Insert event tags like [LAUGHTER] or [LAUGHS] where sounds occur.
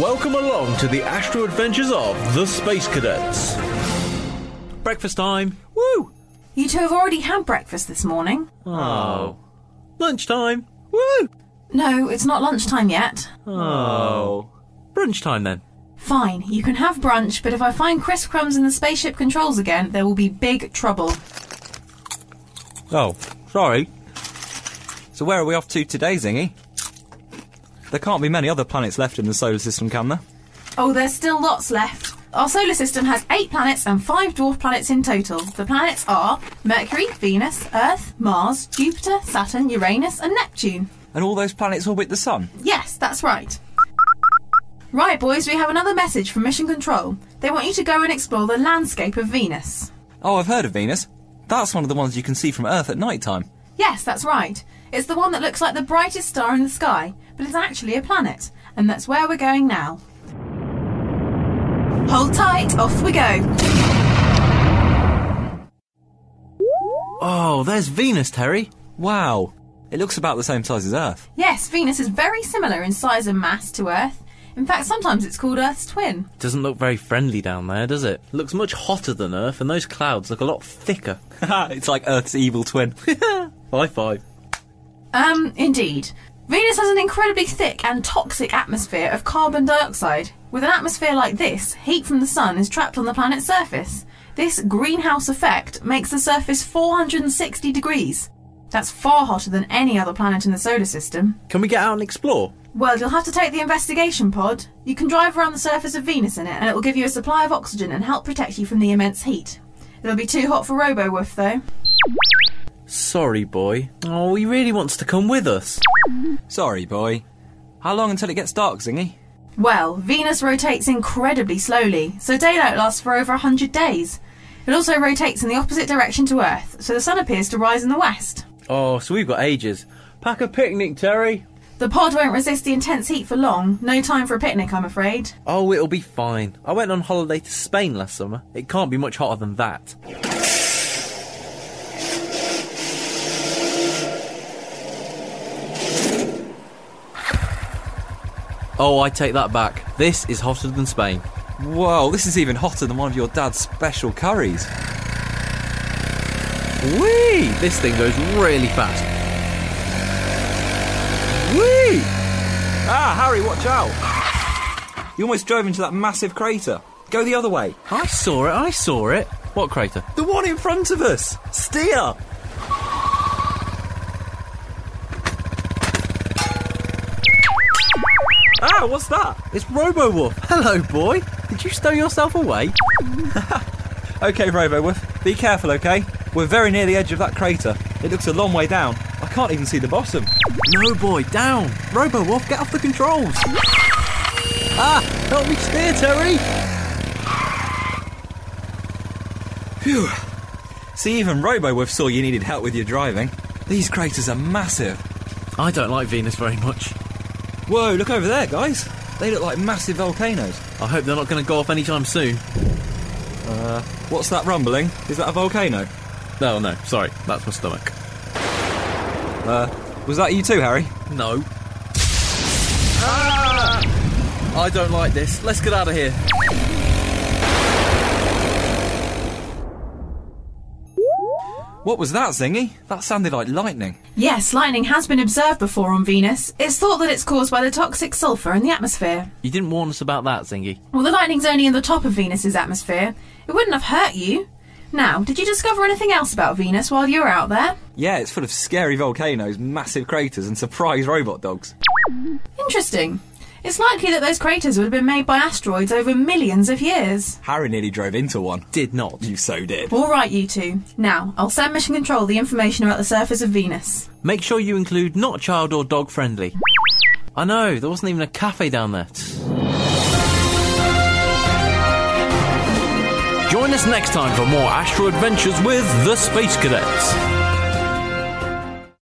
Welcome along to the astro adventures of the Space Cadets. Breakfast time. Woo! You two have already had breakfast this morning. Oh. Lunchtime. Woo! No, it's not lunchtime yet. Oh. Brunch time then. Fine, you can have brunch, but if I find Chris Crumbs in the spaceship controls again, there will be big trouble. Oh, sorry. So where are we off to today, Zingy? There can't be many other planets left in the solar system, can there? Oh, there's still lots left. Our solar system has eight planets and five dwarf planets in total. The planets are Mercury, Venus, Earth, Mars, Jupiter, Saturn, Uranus, and Neptune. And all those planets orbit the sun. Yes, that's right. Right, boys, we have another message from Mission Control. They want you to go and explore the landscape of Venus. Oh, I've heard of Venus. That's one of the ones you can see from Earth at night time. Yes, that's right. It's the one that looks like the brightest star in the sky, but it's actually a planet, and that's where we're going now. Hold tight, off we go. Oh, there's Venus, Terry. Wow. It looks about the same size as Earth. Yes, Venus is very similar in size and mass to Earth. In fact, sometimes it's called Earth's twin. Doesn't look very friendly down there, does it? Looks much hotter than Earth, and those clouds look a lot [LAUGHS] thicker. it's like Earth's [LAUGHS] evil twin. High five. Um, indeed. Venus has an incredibly thick and toxic atmosphere of carbon dioxide. With an atmosphere like this, heat from the sun is trapped on the planet's surface. This greenhouse effect makes the surface 460 degrees. That's far hotter than any other planet in the solar system. Can we get out and explore? Well, you'll have to take the investigation pod. You can drive around the surface of Venus in it, and it will give you a supply of oxygen and help protect you from the immense heat. It'll be too hot for Robo Woof, though. Sorry, boy. Oh, he really wants to come with us. Sorry, boy. How long until it gets dark, Zingy? Well, Venus rotates incredibly slowly, so daylight lasts for over 100 days. It also rotates in the opposite direction to Earth, so the sun appears to rise in the west. Oh, so we've got ages. Pack a picnic, Terry. The pod won't resist the intense heat for long. No time for a picnic, I'm afraid. Oh, it'll be fine. I went on holiday to Spain last summer. It can't be much hotter than that. Oh, I take that back. This is hotter than Spain. Whoa, this is even hotter than one of your dad's special curries. Whee! This thing goes really fast. Whee! Ah, Harry, watch out! You almost drove into that massive crater. Go the other way. I saw it, I saw it. What crater? The one in front of us! Steer! Ah, what's that? It's Robo Wolf. Hello, boy. Did you stow yourself away? Okay, Robo Woof, be careful, okay? We're very near the edge of that crater. It looks a long way down. I can't even see the bottom. No, boy, down. Robo Wolf, get off the controls. Ah, help me steer, Terry. See, even Robo Woof saw you needed help with your driving. These craters are massive. I don't like Venus very much. Whoa, look over there, guys. They look like massive volcanoes. I hope they're not going to go off anytime soon. What's that rumbling? Is that a volcano? No, no, sorry. That's my stomach. Was that you too, Harry? No. Ah! I don't like this. Let's get out of here. What was that, Zingy? That sounded like lightning. Yes, lightning has been observed before on Venus. It's thought that it's caused by the toxic sulfur in the atmosphere. You didn't warn us about that, Zingy. Well, the lightning's only in the top of Venus's atmosphere. It wouldn't have hurt you. Now, did you discover anything else about Venus while you were out there? Yeah, it's full of scary volcanoes, massive craters, and surprise robot dogs. Interesting. It's likely that those craters would have been made by asteroids over millions of years. Harry nearly drove into one. Did not. You so did. All right, you two. Now, I'll send Mission Control the information about the surface of Venus. Make sure you include not child or dog friendly. I know, there wasn't even a cafe down there. Join us next time for more Astro Adventures with the Space Cadets.